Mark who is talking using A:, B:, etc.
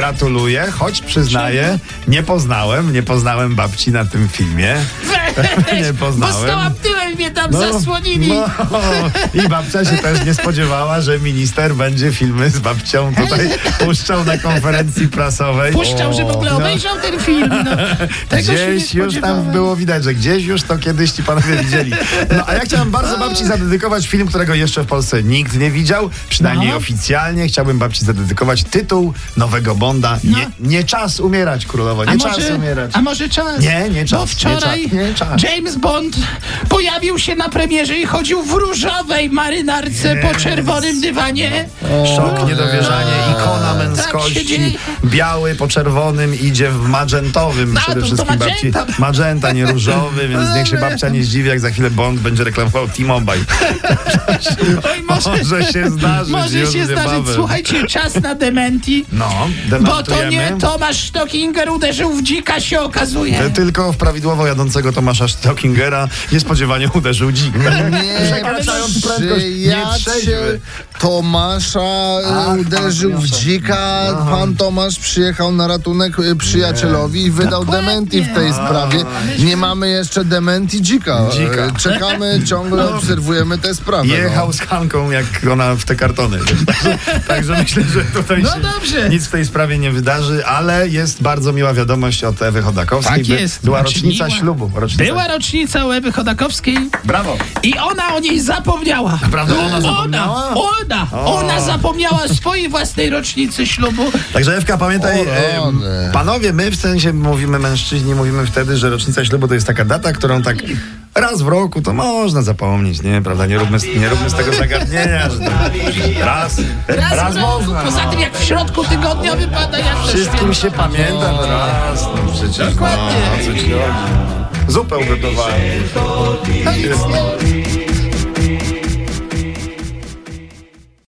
A: Gratuluję, choć przyznaję, nie poznałem, nie poznałem babci na tym filmie.
B: Weź,
A: Nie poznałem.
B: Bo stołam tyłem mnie tam zasłonili.
A: no. I babcia się też nie spodziewała, że minister będzie filmy z babcią tutaj puszczał na konferencji prasowej.
B: Puszczał, że w ogóle
A: No.
B: obejrzał ten film. No. Tego się nie
A: Gdzieś już tam
B: spodziewałem.
A: było widać, że gdzieś już to kiedyś ci panowie widzieli. No a ja chciałem bardzo babci zadedykować film, którego jeszcze w Polsce nikt nie widział, przynajmniej
B: No.
A: oficjalnie. Chciałbym babci zadedykować tytuł nowego Bonda. Nie, nie czas umierać, królowo, nie
B: No. A
A: czas
B: może,
A: umierać.
B: a może czas?
A: Nie, nie czas,
B: Bo
A: nie
B: wczoraj
A: czas, nie czas.
B: James Bond pojawił się na premierze i chodził w różowej marynarce po
A: Yes.
B: czerwonym dywanie.
A: Szok, niedowierzanie, ikona
B: tak się dzieje.
A: męskości. Biały po czerwonym idzie w magentowym
B: No, A,
A: przede
B: to- to
A: wszystkim babci.
B: magenta. No
A: Magenta, nie różowy, więc niech się babcia nie zdziwi, jak za chwilę Bond będzie reklamował T-Mobile.
B: Oj, może,
A: Może się zdarzyć.
B: może
A: już
B: się zdarzyć.
A: niebawem.
B: Słuchajcie, czas na dementi.
A: No,
B: Bo to
A: dementujemy.
B: nie Tomasz Stockinger uderzył w dzika się okazuje.
A: Tylko w prawidłowo jadącego Tomasza Stockingera niespodziewanie uderzył dzik. Przekraczając prędkość nietrzeźwy.
C: Przyjaciel Tomasza e,
A: Ach,
C: uderzył
A: pan No.
C: w
A: Tomasz.
C: dzika. Pan Tomasz przyjechał na ratunek e, przyjacielowi i wydał
B: Dokładnie.
C: dementi w tej sprawie. Nie mamy jeszcze dementi dzika. E,
A: Dzika. No.
C: Czekamy, ciągle obserwujemy tę sprawę. no.
A: Jechał z Hanką, jak ona w te kartony. Także, także myślę, że tutaj
B: No
A: się
B: dobrze.
A: nic w tej sprawie nie wydarzy, ale jest bardzo miła wiadomość od Ewy Chodakowskiej.
B: Tak
A: By-
B: jest.
A: Była
B: Znaczy
A: rocznica
B: miła.
A: ślubu. Rocznica.
B: Była rocznica u Ewy Chodakowskiej
A: Brawo.
B: i ona o niej zapomniała.
A: Prawda, ona zapomniała?
B: Ona, ona, ona zapomniała swojej własnej rocznicy ślubu.
A: Także Ewka, pamiętaj,
C: O,
A: e,
C: rany.
A: panowie, my w sensie mówimy mężczyźni, mówimy wtedy, że rocznica ślubu to jest taka data, którą tak raz w roku to można zapomnieć, nie? Prawda? Nie róbmy, z- nie róbmy z tego zagadnienia, że to raz, raz, raz
B: w roku.
A: można.
B: Poza tym jak w środku tygodnia wypada, ja też
A: Wszystkim
B: wiem.
A: się pamięta, no raz, no przecież.
B: Dokładnie.
A: No, co ci chodzi? Zupę ugotowałem.
B: To jest-